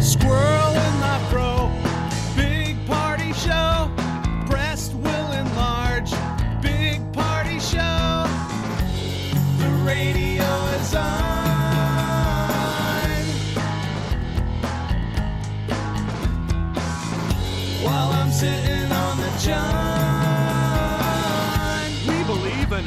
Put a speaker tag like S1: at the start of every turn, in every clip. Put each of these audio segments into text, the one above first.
S1: Squirrel in my fro, big party show. Breast will enlarge, big party show. The radio is on. While I'm sitting on the john.
S2: We believe in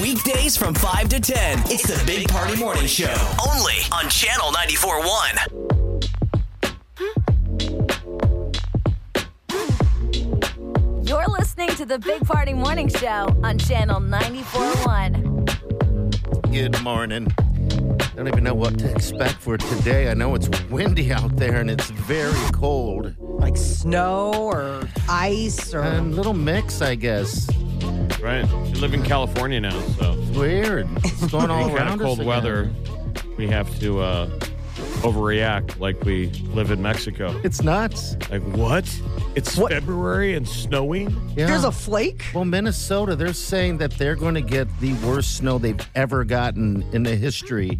S3: Weekdays from 5 to 10. It's, the Big, Party, Morning Show. Only on Channel 94.1.
S4: You're listening to the Big Party Morning Show on Channel 941.
S5: Good morning. I don't even know what to expect for today. I know it's windy out there and it's very cold.
S6: like snow or ice or
S5: A little mix, I guess.
S2: Right. You live in California now, so
S5: It's weird. It's going all
S2: any kind of
S5: around us
S2: cold
S5: again.
S2: weather, we have to uh, overreact like we live in Mexico.
S5: It's nuts.
S2: Like what? It's
S6: What?
S2: February and snowing.
S5: Yeah.
S6: there's a flake.
S5: well, Minnesota, they're saying that they're going to get the worst snow they've ever gotten in the history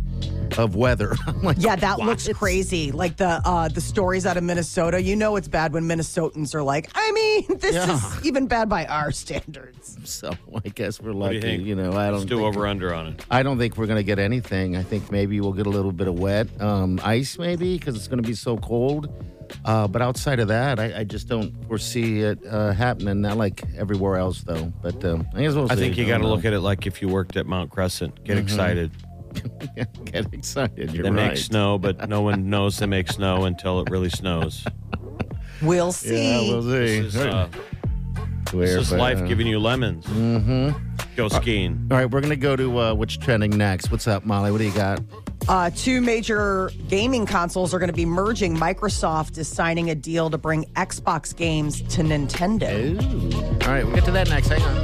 S5: of weather. I'm like,
S6: Yeah, that
S5: what?
S6: looks crazy. Like the uh, the stories out of Minnesota. You know it's bad when Minnesotans are like, I mean, this
S5: Yeah.
S6: is even bad by our standards.
S5: So I guess we're
S2: What do
S5: lucky.
S2: you think?
S5: know, I don't.
S2: Let's do
S5: think-
S2: over under on it.
S5: I don't think we're going to get anything. I think maybe we'll get a little bit of wet um, ice, maybe, because it's going to be so cold. Uh, but outside of that, I, I just don't foresee it uh, happening. Not like everywhere else, though. But um, I guess we'll
S2: I Mm-hmm.
S5: see.
S2: think you got to look at it like if you worked at Mount Crescent. Get excited.
S5: at get excited. You're
S2: They
S5: right.
S2: make snow, but no one knows they make snow until it really snows.
S6: We'll see.
S5: Yeah, we'll see.
S2: This is, uh,
S5: Swear,
S2: this is
S5: but,
S2: life
S5: uh,
S2: giving you lemons. Mm-hmm. Go skiing.
S5: All right, we're going to go to uh, what's trending next. What's up, Molly? What do you got?
S6: Uh, two major gaming consoles are going to be merging. Microsoft is signing a deal to bring Xbox games to Nintendo.
S5: All right, we'll get to that next. Hang on.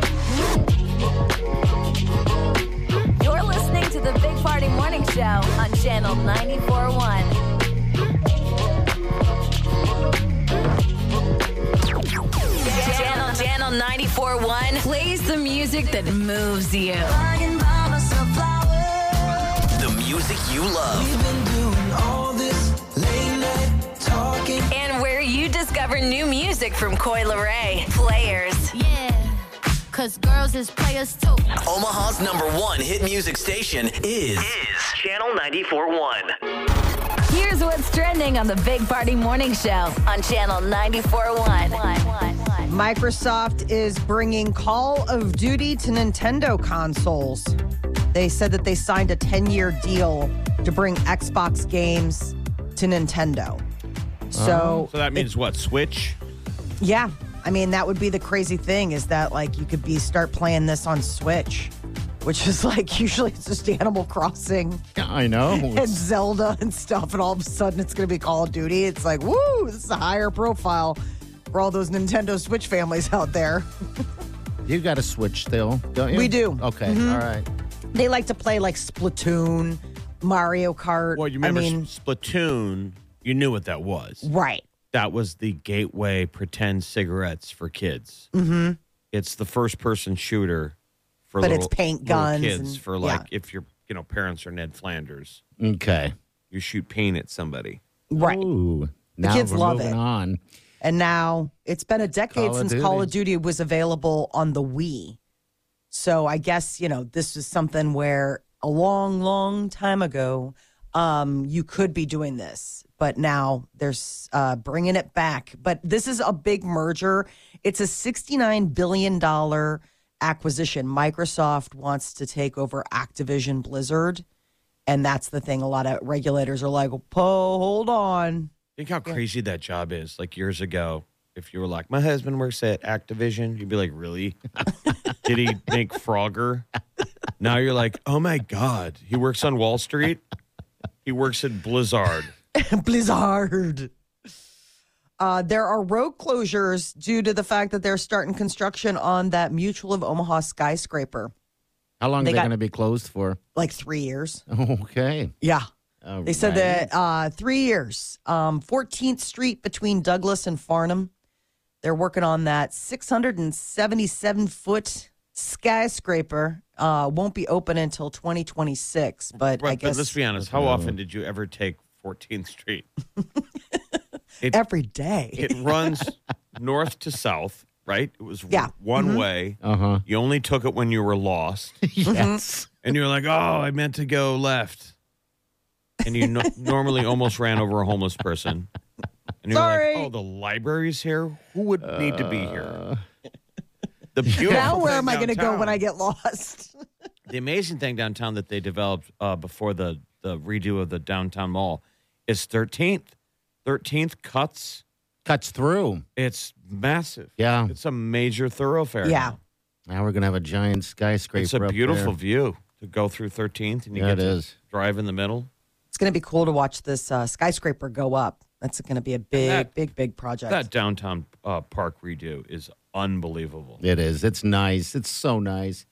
S4: You're listening to the Big Party Morning Show on Channel 941. Channel Channel 941 plays the music that moves you.
S3: The music you love.
S4: And where you discover new music from Coil Ray. Players.
S7: Yeah, cause girls is players too.
S3: Omaha's number one hit music station is, is Channel 94.1.
S4: Here's what's trending on the Big Party Morning Show on Channel 941.
S6: Microsoft is bringing Call of Duty to Nintendo consoles. They said that they signed a 10 year deal to bring Xbox games to Nintendo. So,
S2: So that means what? Switch.
S6: yeah, I mean, that would be the crazy thing is that, like, you could be start playing this on Switch, which is like usually it's just Animal Crossing
S5: Yeah, I know.
S6: and Zelda and stuff, and all of a sudden it's going to be Call of Duty. It's like, woo, this is a higher profile for all those Nintendo Switch families out there.
S5: you got a switch still, don't you?
S6: We do.
S5: Okay. all right.
S6: They like to play like Splatoon, Mario Kart.
S2: Well, you remember
S6: I mean,
S2: Splatoon? You knew what that was.
S6: right.
S2: That was the gateway pretend cigarettes for kids. It's the first person shooter for
S6: Mm-hmm. But
S2: little,
S6: it's paint
S2: little
S6: guns
S2: kids
S6: and-
S2: for like if your you know parents are Ned Flanders,
S5: Okay.
S2: you shoot paint at somebody.
S6: Right.
S5: Ooh. Now
S6: kids
S5: we're
S6: love
S5: moving
S6: it.
S5: on.
S6: And now it's been a
S5: Call
S6: decade
S5: of
S6: since
S5: Duty.
S6: Call of Duty was available on the Wii. So I guess, you know, this is something where a long, long time ago, um, you could be doing this, but now there's uh, bringing it back. But this is a big merger. It's a $69 billion acquisition. Microsoft wants to take over Activision Blizzard. And that's the thing. A lot of regulators are like, "Po, hold on.
S8: Think how crazy that job is. Like years ago, if you were like, my husband works at Activision, you'd be like, really? Did he make Frogger? Now you're like, oh my God, he works on Wall Street. He works at Blizzard.
S6: Blizzard. Uh, there are road closures due to the fact that they're starting construction on that Mutual of Omaha skyscraper.
S5: How long
S6: They
S5: are they
S6: got-
S5: going to be closed for?
S6: Like three years.
S5: Okay.
S6: Yeah.
S5: All
S6: They said
S5: right.
S6: that uh, three years. Um, 14th Street between Douglas and Farnham. They're working on that 677 foot skyscraper. Uh, won't be open until 2026, but I
S8: But, but
S6: guess
S8: let's be honest, how often did you ever take 14th Street?
S6: every day.
S8: It runs north to south, right? It was
S6: Yeah.
S8: one way.
S5: Uh-huh.
S8: You only took it when you were lost.
S6: Mm-hmm.
S5: Yes.
S8: and you're like, "Oh, I meant to go left," and you no- normally almost ran over a homeless person. And you're
S6: Sorry.
S8: like, "Oh, the library's here. Who would need to be here?" The
S6: now,
S8: beautiful
S6: where
S8: thing
S6: am I going to go
S8: downtown-
S6: when I get lost?
S8: The amazing thing downtown that they developed uh, before the the redo of the downtown mall is 13th. 13th cuts.
S5: Cuts through.
S8: It's massive.
S5: Yeah.
S8: it's a major thoroughfare.
S6: yeah.
S8: now.
S5: Now we're going to have a giant skyscraper.
S8: it's a
S5: up
S8: beautiful
S5: there.
S8: view to go through 13th, and you
S5: Yeah,
S8: get
S5: it
S8: to
S5: is.
S8: drive in the middle.
S6: It's going to be cool to watch this uh, skyscraper go up. That's going to be a big,
S8: that-
S6: big, big project.
S8: That downtown uh, park redo is unbelievable.
S5: It is. It's nice. It's so nice.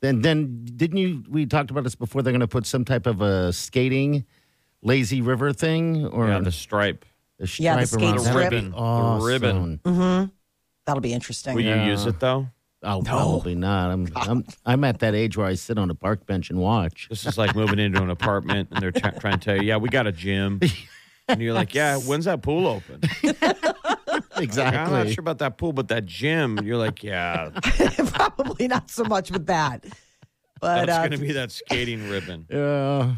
S5: Then, then didn't you? We talked about this before. They're going to put some type of a skating, lazy river thing, or
S8: Yeah, the stripe.
S5: the
S6: Yeah, the
S5: stripe around it.
S6: skate strip.
S5: That'd be
S8: Ribbon. The
S5: awesome.
S8: ribbon.
S6: That'll be interesting.
S8: Will you use it though?
S6: Mm.
S5: Oh, probably not. I'm, I'm I'm at that age where I sit on a park bench and watch.
S8: This is like moving into an apartment and they're try trying to tell you, yeah, we got a gym. And you're like, yeah, when's that pool open? Like, I'm not
S5: Exactly.
S8: sure about that pool, but that gym. You're like, yeah,
S6: Probably not so much with that. But
S8: that's
S6: uh,
S8: going to be that skating ribbon.
S5: Yeah.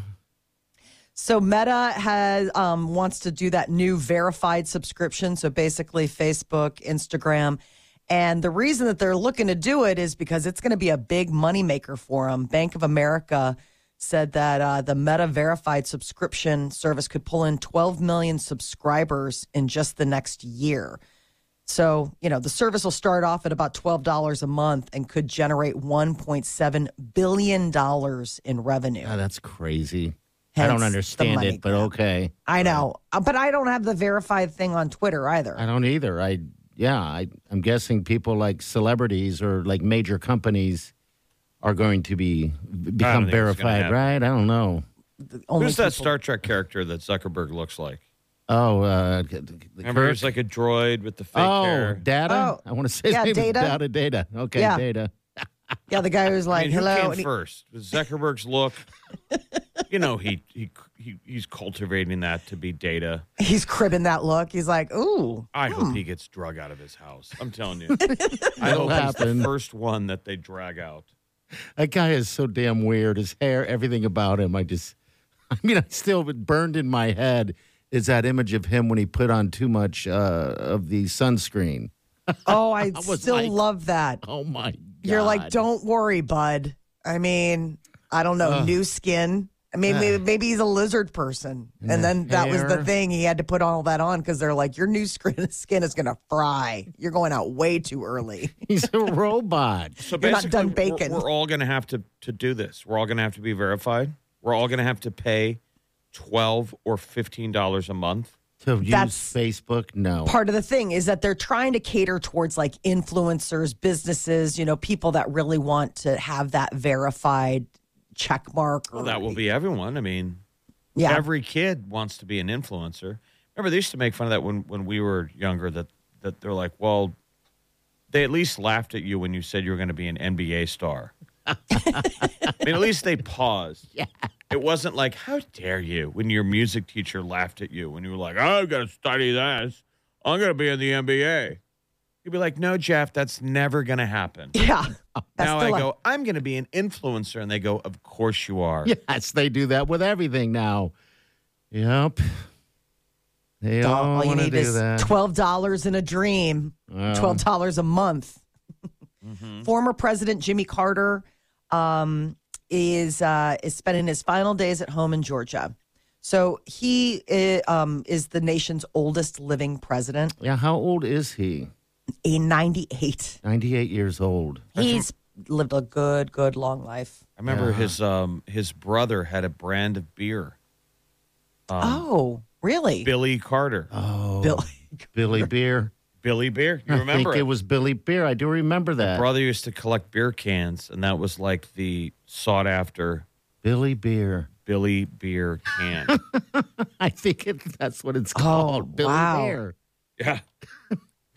S6: So Meta has um, wants to do that new verified subscription. So basically, Facebook, Instagram, and the reason that they're looking to do it is because it's going to be a big moneymaker for them. Bank of America said that uh, the Meta verified subscription service could pull in 12 million subscribers in just the next year. So you know the service will start off at about twelve dollars a month and could generate 1.7 billion dollars in revenue.
S5: God, Ah, that's crazy. I
S6: Hence
S5: don't
S6: the
S5: understand
S6: money
S5: it, but
S6: grab.
S5: okay.
S6: I know, Uh, but I don't have the verified thing on Twitter
S5: I
S6: either.
S5: don't either. I yeah, I, I'm guessing people like celebrities or like major companies are going to be become
S8: think it's gonna
S5: verified,
S8: happen.
S5: right? I don't know.
S6: Only
S8: Who's that
S6: people-
S8: Star Trek character that Zuckerberg looks like?
S5: Oh, uh, the- the
S8: Remember,
S5: Kirk?
S8: he's like a droid with the fake
S5: oh,
S8: hair.
S5: data.
S6: Oh,
S5: I want to say his
S6: yeah,
S5: name is
S6: Data.
S5: data, data. Okay,
S6: Yeah.
S5: data.
S6: Yeah, the guy who's
S8: I
S6: like,
S8: mean,
S6: "Hello,"
S8: who came
S6: and he-
S8: first? Was Zuckerberg's look. you know, he, he he he's cultivating that to be data.
S6: he's cribbing that look. He's like, "Ooh,
S8: I hope he gets drug out of his house. I'm telling you. I hope he's
S5: happen.
S8: the first one that they drag out.
S5: That guy is so damn weird. His hair, everything about him. I just, I mean, I still it burned in my head is that image of him when he put on too much uh, of the sunscreen.
S6: oh, I,
S5: was
S6: still
S5: like-
S6: love that."
S5: Oh my! God.
S6: You're like, "Don't worry, bud." I mean, I don't know, new skin. I mean, maybe, maybe he's a lizard person, and,
S5: the
S6: then that was the
S5: hair.
S6: thing he had to put all that on because they're like, "Your new skin skin is gonna fry. You're going out way too early."
S5: He's a robot.
S8: So
S6: You're not
S8: basically,
S6: done
S8: we're-
S6: baking.
S8: We're, all going to have to to do this. We're all going to have to be verified. We're all going to have to pay twelve or fifteen dollars a month.
S5: To use
S6: That's-
S5: Facebook, no.
S6: part of the thing is that they're trying to cater towards like influencers, businesses, you know, people that really want to have that verified check mark.
S8: Well, that will be everyone. I mean,
S6: yeah.
S8: every kid wants to be an influencer. Remember, they used to make fun of that when when we were younger. That that they're like, well, they at least laughed at you when you said you were going to be an NBA star. I mean, at least they paused. Yeah. It wasn't like, how dare you, when your music teacher laughed at you when you were like, I've got to study this. I'm going to be in the NBA. You'd be like, no, Jeff, that's never going to happen.
S6: yeah. That's
S8: now
S6: the
S8: I
S6: li-
S8: go, I'm going to be an influencer. And they go, of course you are.
S5: Yes, they do that with everything now. Yep. They all,
S6: all you
S5: want to
S6: need
S5: do
S6: is
S5: that.
S6: twelve dollars in a dream,
S5: Well.
S6: twelve dollars a month.
S8: Mm-hmm.
S6: Former President Jimmy Carter um, is uh, is spending his final days at home in Georgia. So he i- um, is the nation's oldest living president,
S5: Yeah, how old is he?
S6: a 98.
S5: 98 years old.
S6: He's lived a good, good long life.
S8: I remember his um his brother had a brand of beer.
S6: oh, really?
S8: Billy Carter.
S5: Oh,
S6: Bill-
S5: Billy Beer.
S8: Billy Beer. You
S5: I
S8: remember
S5: think it was Billy Beer. I do remember that.
S8: brother used to collect beer cans, and that was like the sought after
S5: Billy Beer.
S8: Billy Beer can.
S5: I think it, that's what it's called. Billy
S6: wow.
S5: Beer.
S8: yeah.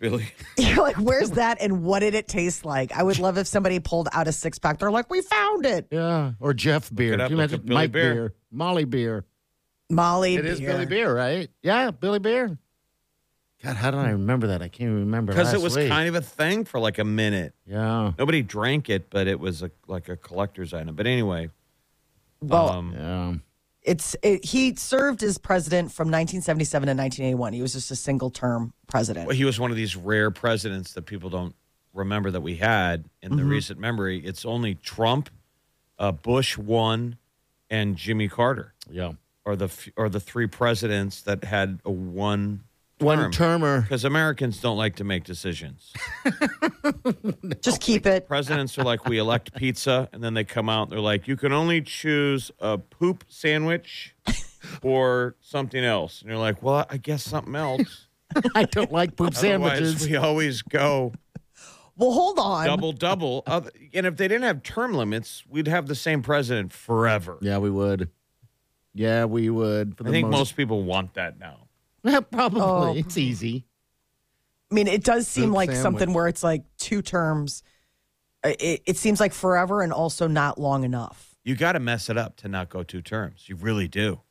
S8: Billy.
S6: You're like, where's that and what did it taste like? I would love if somebody pulled out a six pack. They're like, we found it.
S5: Yeah. Or Jeff Beer.
S8: it up,
S5: Can you
S8: look
S5: imagine
S8: up Billy
S5: Mike
S8: Beer.
S5: Beer. Molly Beer.
S6: Molly.
S5: It is Billy Beer, right? Yeah, Billy Beer. God, how did I remember that? I can't even remember.
S8: Because it
S5: last
S8: was
S5: week.
S8: kind of a thing for like a minute.
S5: Yeah.
S8: Nobody drank it, but it was a, like a collector's item. But anyway,
S6: Well,
S8: um,
S5: Yeah.
S6: it's it, he served as president from 1977 to 1981. He was just a single term president.
S8: he was one of these rare presidents that people don't remember that we had in
S5: Mm-hmm.
S8: the recent memory. It's only Trump, uh, Bush one, and Jimmy Carter
S5: Yeah.
S8: are the f- are the three presidents that had a one
S5: One termer.
S8: because Americans don't like to make decisions.
S6: just keep it.
S8: Presidents are like, we elect pizza, and then they come out and they're like, you can only choose a poop sandwich or something else. And you're like, well, I guess something else.
S5: I don't like poop
S8: Otherwise,
S5: sandwiches.
S8: we always go
S6: Well, hold on.
S8: double double. Oth- And if they didn't have term limits, we'd have the same president forever.
S5: Yeah, we would. Yeah, we would. For the
S8: I think most people want that now.
S5: Probably.
S6: Oh.
S5: It's easy.
S6: I mean, it does seem
S5: Poop
S6: like
S5: sandwich.
S6: something where it's like two terms. I- It, it seems like forever and also not long enough.
S8: You got to mess it up to not go two terms. You really do.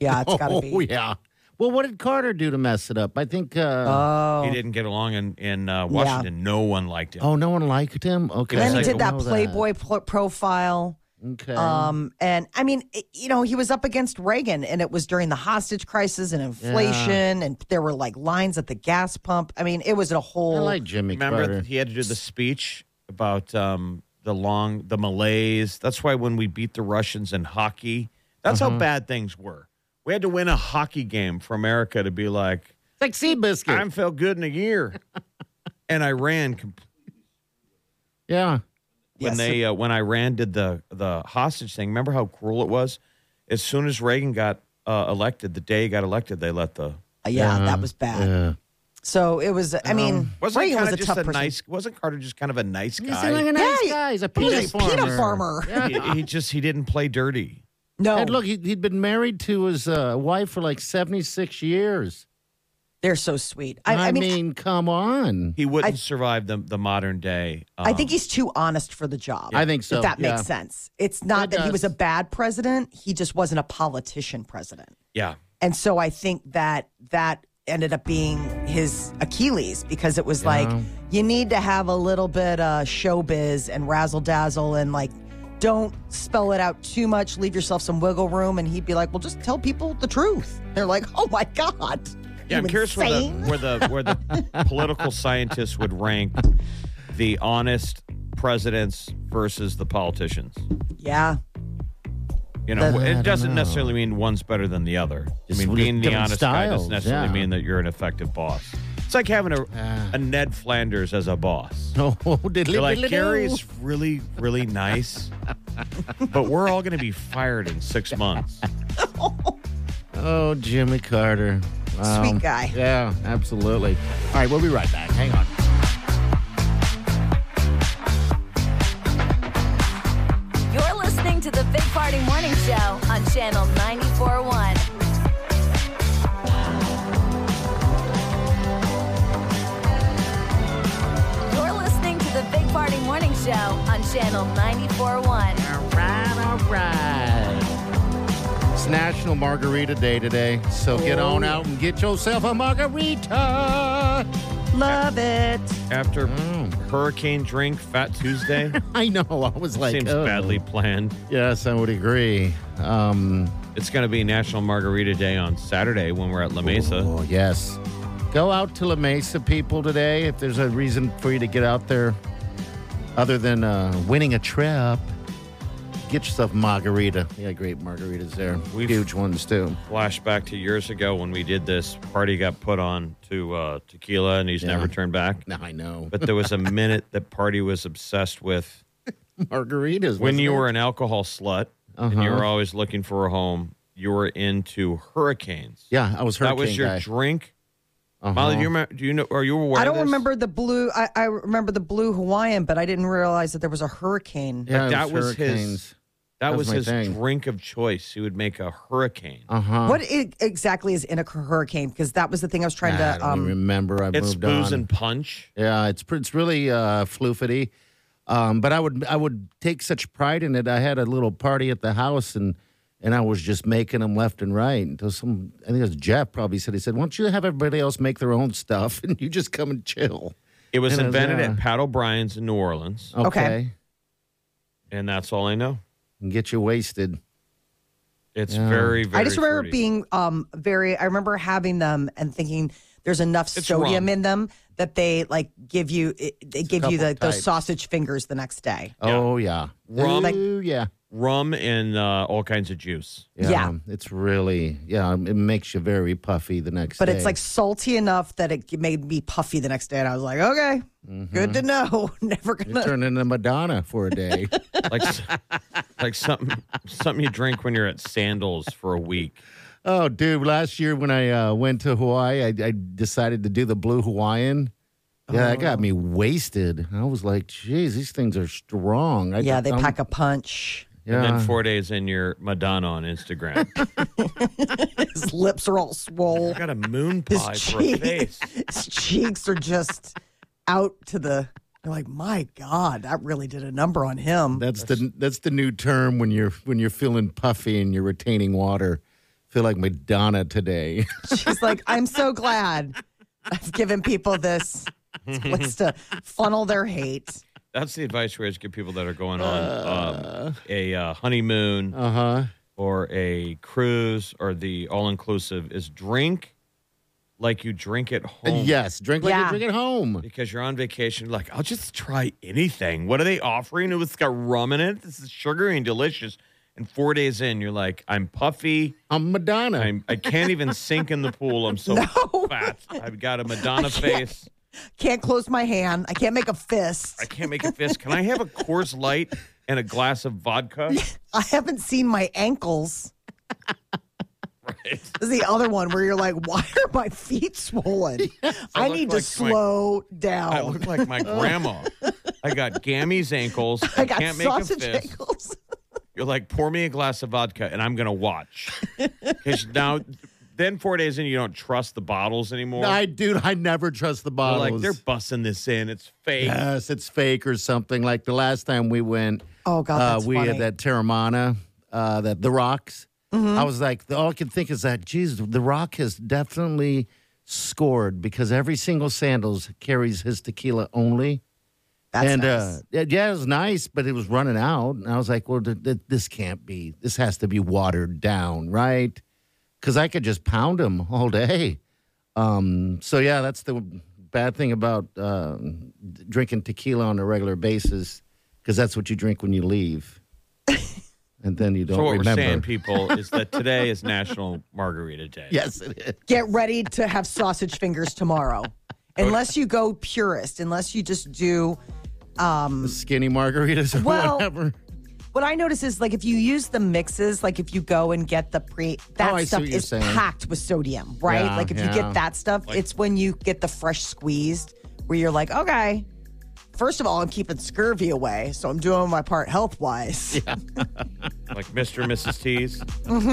S6: Yeah, it's got to be.
S5: Oh, yeah. Well, what did Carter do to mess it up? I think. Uh,
S6: Oh,
S8: He didn't get along in, in uh, Washington. No one liked him.
S5: oh, no one liked him? Okay.
S6: then
S8: It's
S6: he
S8: like
S6: did
S8: a-
S6: that Playboy pl- profile.
S5: Okay.
S6: Um, and I mean, it- you know, he was up against Reagan, and it was during the hostage crisis and inflation, and there were like lines at the gas pump. I mean, it was a
S5: I
S6: whole.
S5: like Jimmy
S8: Remember,
S5: Carter.
S8: he had to do the speech about um, the long, the Malays. That's why when we beat the Russians in hockey, that's how bad things were. We had to win a hockey game for America to be like,
S5: It's like Seabiscuit.
S8: I haven't felt good in a year. and Iran, com-
S5: yeah.
S8: when they uh, when Iran did the the hostage thing, remember how cruel it was? As soon as Reagan got uh, elected, the day he got elected, they let the
S6: yeah, that was bad.
S5: Yeah.
S6: So it was. I mean,
S8: Um, wasn't
S6: Mm. Reagan
S8: kind
S6: was a
S8: of just
S6: tough
S8: a
S6: person.
S8: nice wasn't Carter just kind of a nice
S5: He seemed like
S8: guy?
S5: a nice
S6: Yeah, he-
S5: guy. He's a
S6: he was
S5: peanut
S6: a
S5: farmer.
S6: peanut farmer.
S8: he, he just he didn't play dirty.
S6: No,
S5: And look, he, he'd been married to his uh, wife for like 76 years.
S6: they're so sweet.
S5: I,
S6: I, I mean,
S5: come on.
S8: He wouldn't survive the the modern day. um,
S6: I think he's too honest for the job.
S5: I think so,
S6: If that
S5: yeah.
S6: makes sense. It's not
S5: It
S6: that he was a
S5: does.
S6: bad president. He just wasn't a politician president.
S8: yeah.
S6: And so I think that that ended up being his Achilles because it was like you need to have a little bit of showbiz and razzle dazzle and like don't spell it out too much. Leave yourself some wiggle room. And he'd be like, well, just tell people the truth. They're like, oh my God.
S8: Yeah, I'm
S6: You
S8: curious where the
S6: insane?
S8: where the where the political scientists would rank the honest presidents versus the politicians.
S6: Yeah.
S8: You know,
S5: I
S8: it
S5: don't
S8: doesn't
S5: know.
S8: necessarily mean one's better than the other.
S5: Just
S8: I mean,
S5: with
S8: being the
S5: different
S8: honest guy
S5: styles,
S8: doesn't necessarily
S5: yeah.
S8: mean that you're an effective boss. It's like having a a Ned Flanders as a boss.
S5: Oh, diddly
S8: You're like
S5: diddly
S8: Gary's
S5: do.
S8: really really nice, but we're all going to be fired in six months.
S5: Oh, Jimmy Carter. Wow.
S6: Sweet guy.
S5: Yeah, absolutely. All right, we'll be right back. Hang on.
S4: You're listening to the Big Party Morning Show on Channel 941. You're listening to the Big Party Morning Show on Channel 941.
S5: All right, all right. It's National Margarita Day today, so get on out and get yourself a margarita.
S6: Love it.
S8: After
S5: Mm.
S8: Hurricane Drink Fat Tuesday
S5: I know. I was like,
S8: seems
S5: oh.
S8: badly planned.
S5: Yes, I would agree. Um,
S8: It's going to be National Margarita Day on Saturday when we're at La Mesa.
S5: Oh, yes. Go out to La Mesa, people, today. If there's a reason for you to get out there, Other than uh, winning a trip, get yourself a margarita. Yeah, great margaritas there. Huge ones too.
S8: Flashback to years ago when we did this party got put on to uh, tequila and he's
S5: Yeah.
S8: never turned back.
S5: Now I know.
S8: But there was a minute that party was obsessed with
S5: margaritas.
S8: when
S5: wasn't
S8: you
S5: it?
S8: were an alcohol slut and you
S5: Uh-huh.
S8: were always looking for a home. You were into hurricanes.
S5: Yeah, I was
S8: that was
S5: hurricane
S8: your
S5: guy. Uh-huh.
S8: drink. Molly, do you remember? Do you know? Are you aware?
S6: I
S8: of
S6: don't
S8: this?
S6: remember the blue. I, I remember the blue Hawaiian, but I didn't realize that there was a hurricane.
S5: Yeah,
S8: that was his-
S5: hurricanes.
S8: That,
S5: That was
S8: was,
S5: my
S8: his
S5: thing.
S8: drink of choice. He would make a hurricane.
S5: Uh huh.
S6: What i exactly is in a hurricane? Because that was the thing I was trying
S5: I
S6: to.
S5: don't
S6: Um,
S5: remember. I
S8: it's
S5: moved
S8: booze
S5: on.
S8: and punch.
S5: Yeah, it's pr- it's really uh, floofity. Um, but I would I would take such pride in it. I had a little party at the house and and I was just making them left and right until some I think it was Jeff probably said he said why don't you have everybody else make their own stuff and you just come and chill.
S8: It was
S5: And it Oh. was,
S8: invented
S5: uh,
S8: at Pat O'Brien's in New Orleans,
S5: Okay,
S6: Okay.
S8: and that's all I know.
S5: and get you wasted.
S8: It's
S5: Yeah.
S8: very, very.
S6: I just remember
S8: fruity.
S6: being um, very. I remember having them and thinking there's enough
S8: It's
S6: sodium
S8: rum.
S6: in them that they like give you. It, they give you
S5: couple
S6: the, those
S5: types.
S6: sausage fingers the next day.
S5: Oh yeah,
S8: Rum.
S5: Ooh, yeah.
S8: rum and uh, all kinds of juice.
S5: yeah, um,
S6: Yeah.
S5: It's really yeah. um, It makes you very puffy the next
S6: But
S5: day.
S6: it's like salty enough that it made me puffy the next day, and I was like, okay,
S8: Mm-hmm.
S6: good to know. Never
S5: you
S6: gonna.
S5: turn into Madonna for a day.
S8: like s- like something something you drink when you're at Sandals for a week.
S5: Oh, dude! Last year when I uh, went to Hawaii, I, I decided to do the Blue Hawaiian. Yeah, that
S8: Oh.
S5: got me wasted. I was like, "Geez, these things are strong." I,
S6: Yeah, they
S5: I'm-
S6: pack a punch.
S5: Yeah,
S8: And then four days in, you're Madonna on Instagram.
S6: His lips are all swole.
S8: I got a moon
S6: His
S8: pie for a
S6: cheek-
S8: face.
S6: His cheeks are just out to the. You're like, my God, that really did a number on him.
S5: that's the that's the new term when you're when you're feeling puffy and you're retaining water. Feel like Madonna today.
S6: She's like, I'm so glad I've given people this place to funnel their hate.
S8: That's the advice we always give people that are going on um, a uh, honeymoon
S5: Uh huh.
S8: or a cruise or the all inclusive is drink like you drink at home.
S5: Yes, drink like
S6: Yeah.
S5: you drink at home.
S8: Because you're on vacation, you're like, I'll just try anything. What are they offering? It's got rum in it. This is sugary and delicious. And four days in, you're like, I'm puffy.
S5: I'm Madonna.
S8: I'm, I can't even sink in the pool. I'm so fat. I've got a Madonna face.
S6: Can't close my hand. I can't make a
S8: I
S6: fist.
S8: can't make a fist. Can I have a Coors Light and a glass of vodka?
S6: I haven't seen my ankles.
S8: Right.
S6: This is the other one where you're like, why are my feet swollen? I,
S8: look
S6: need
S8: like my-
S6: to slow
S8: I
S6: down.
S8: look like my grandma. I got Gammy's ankles. I,
S6: I got
S8: can't make a
S6: sausage
S8: fist.
S6: ankles.
S8: You're like, pour me a glass of vodka, and I'm gonna watch. 'Cause now, then four days in, you don't trust the bottles anymore.
S5: I dude. I never trust the
S8: You're
S5: bottles.
S8: like they're bussing this in. It's fake.
S5: Yes, it's fake or something. Like the last time we went,
S6: Oh, God,
S5: uh,
S6: that's
S5: we
S6: funny. Mm-hmm.
S5: had that Terramana, uh, that the Rocks. I was like, all I could think is that, geez, the Rock has definitely scored because every single sandals carries his tequila only.
S6: That's
S5: and
S6: nice.
S5: uh, yeah, yeah, it was nice, but it was running out, and I was like, well, th- th- this can't be. This has to be watered down, right? Because I could just pound them all day. Um, so yeah, that's the bad thing about uh, d- drinking tequila on a regular basis, because that's what you drink when you leave, and then you don't
S8: so what
S5: remember.
S8: we're saying, people, is that today is National Margarita Day.
S5: yes, it is.
S6: get ready to have sausage fingers tomorrow. Unless you go purist, unless you just do um
S5: skinny margaritas or
S6: Well,
S5: whatever.
S6: what I notice is like if you use the mixes, like if you go and get the pre that
S5: Oh, I see
S6: stuff
S5: what you're
S6: is
S5: saying.
S6: packed with sodium, right?
S5: Yeah,
S6: like if you
S5: yeah.
S6: get that stuff, it's when you get the fresh squeezed where you're like, okay, first of all, I'm keeping scurvy away, so I'm doing my part health wise. Yeah.
S8: Like Mr. and Mrs. T's.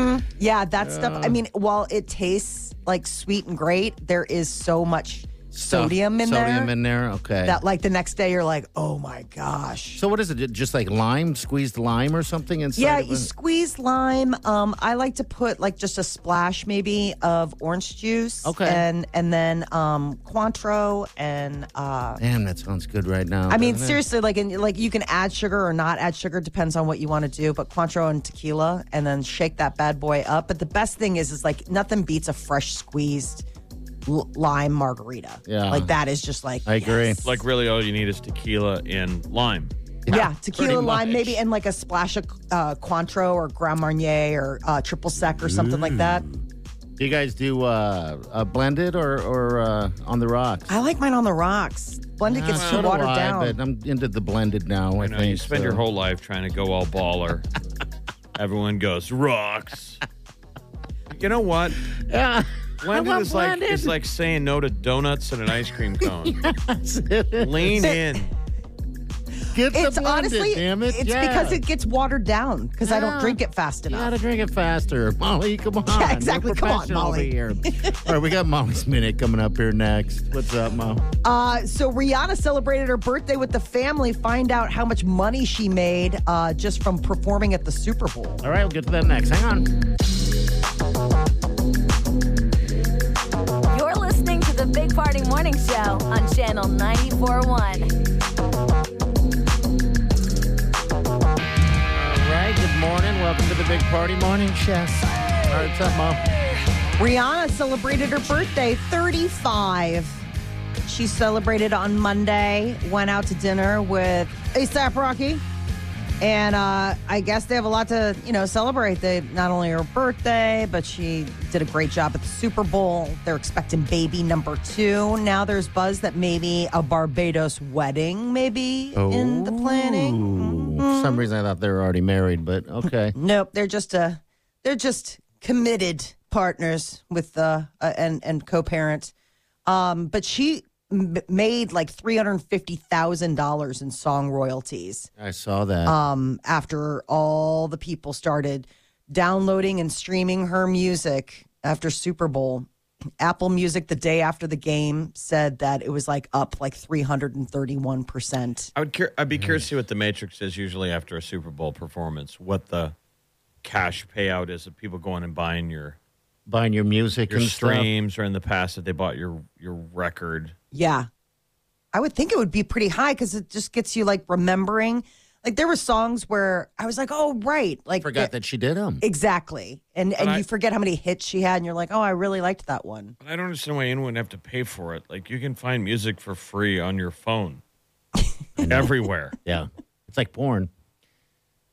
S6: that stuff. I mean, while it tastes like sweet and great, there is so much sodium in
S5: sodium
S6: there.
S5: in there. Okay.
S6: that like the next day you're like, oh my gosh.
S5: so what is it? Just like lime, squeezed lime or something inside?
S6: Yeah,
S5: of
S6: you
S5: a-
S6: squeeze lime. Um, I like to put like just a splash maybe of orange juice.
S5: Okay.
S6: And and then um Cointreau and uh
S5: Damn, that sounds good right now.
S6: I mean
S5: doesn't it?
S6: seriously, like and like you can add sugar or not add sugar, depends on what you want to do, but Cointreau and tequila and then shake that bad boy up. But the best thing is is like nothing beats a fresh squeezed l- lime margarita.
S8: Yeah.
S6: Like that is just like,
S8: I
S6: agree.
S8: Like really, all you need is tequila and lime.
S6: yeah, tequila
S8: Pretty
S6: lime,
S8: much.
S6: maybe, and like a splash of uh, Cointreau or Grand Marnier or uh, Triple Sec or something like that.
S5: Do you guys do uh, uh, blended or, or uh, on the rocks?
S6: I like mine on the rocks. Blended gets
S5: Ah,
S6: too
S5: so do
S6: watered
S5: I,
S6: down.
S5: But I'm into the blended now. I,
S8: You Uh, know,
S5: think
S8: you spend
S5: so.
S8: your whole life trying to go all baller. Everyone goes rocks. You know what?
S5: Yeah.
S8: Blended
S5: want
S8: is like
S5: blended.
S8: it's like saying no to donuts and an ice cream cone. Lean in.
S5: Get the
S6: it's
S5: blended,
S6: honestly,
S5: damn it.
S6: it's
S5: Yeah.
S6: because it gets watered down because I
S5: Yeah.
S6: don't drink it fast enough.
S5: gotta drink it faster. Molly, come on.
S6: Yeah,
S5: We're
S6: exactly. Come on,
S5: professional over
S6: Molly.
S5: here. All right, we got Molly's Minute coming up here next. What's up, Mo?
S6: Uh, so Rihanna celebrated her birthday with the family. Find out how much money she made uh, just from performing at the Super Bowl.
S5: All right, we'll get to that next. Hang on.
S4: You're listening to the Big Party Morning Show on Channel 94.1.
S5: All right, good morning. Welcome to the Big Party Morning Show. All right, what's up, Mo?
S6: Rihanna celebrated her birthday, 35. She celebrated on Monday, went out to dinner with ASAP Rocky. And uh, I guess they have a lot to, you know, celebrate. They not only her birthday, but she did a great job at the Super Bowl. They're expecting baby number two. Now there's buzz that maybe a Barbados wedding, maybe in the planning.
S5: For some reason, I thought they were already married, but okay.
S6: Nope, they're just uh they're just committed partners with uh, uh and and co-parent. Um, but she m- made like three hundred fifty thousand dollars in song royalties.
S5: I saw that.
S6: Um, after all the people started downloading and streaming her music after Super Bowl. Apple Music the day after the game said that it was like up like 331%.
S8: I would cur- I'd be curious to see what the Matrix is usually after a Super Bowl performance. What the cash payout is of people going and buying your
S5: Buying your music
S8: your
S5: and stuff.
S8: streams, or in the past that they bought your your record.
S6: Yeah. I would think it would be pretty high because it just gets you like remembering. Like there were songs where I was like, oh, right. Like,
S5: Forgot that she did them.
S6: Exactly. And, and
S8: I-
S6: you forget how many hits she had and you're like, oh, I really liked that one.
S8: But I don't understand why anyone would have to pay for it. Like you can find music for free on your phone everywhere.
S5: Yeah. It's like porn.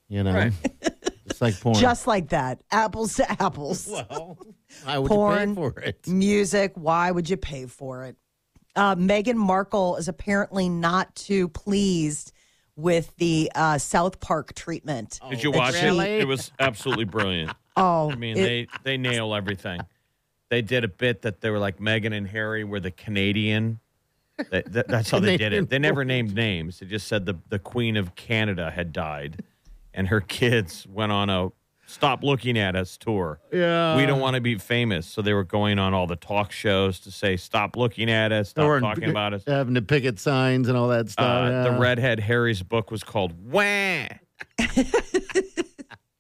S5: You know?
S8: Right.
S5: It's like porn.
S6: Just like that. Apples to apples.
S5: well, why would
S6: porn,
S5: you pay for it?
S6: music. Why would you pay for it? Uh, Meghan Markle is apparently not too pleased with the uh, South Park treatment.
S8: Did you
S6: that
S8: watch
S6: she-
S8: it? It was absolutely brilliant.
S6: Oh,
S8: I mean,
S6: it-
S8: they they nail everything. They did a bit that they were like Meghan and Harry were the Canadian. That, that- that's how they did it. They never named names. They just said the the Queen of Canada had died, and her kids went on a stop looking at us tour.
S5: Yeah.
S8: we don't want to be famous, so they were going on all the talk shows to say stop looking at us,
S5: They
S8: stop
S5: weren't
S8: talking about us.
S5: Having to picket signs and all that
S8: Uh,
S5: stuff.
S8: The
S5: Oh, yeah.
S8: redhead Harry's book was called Wah.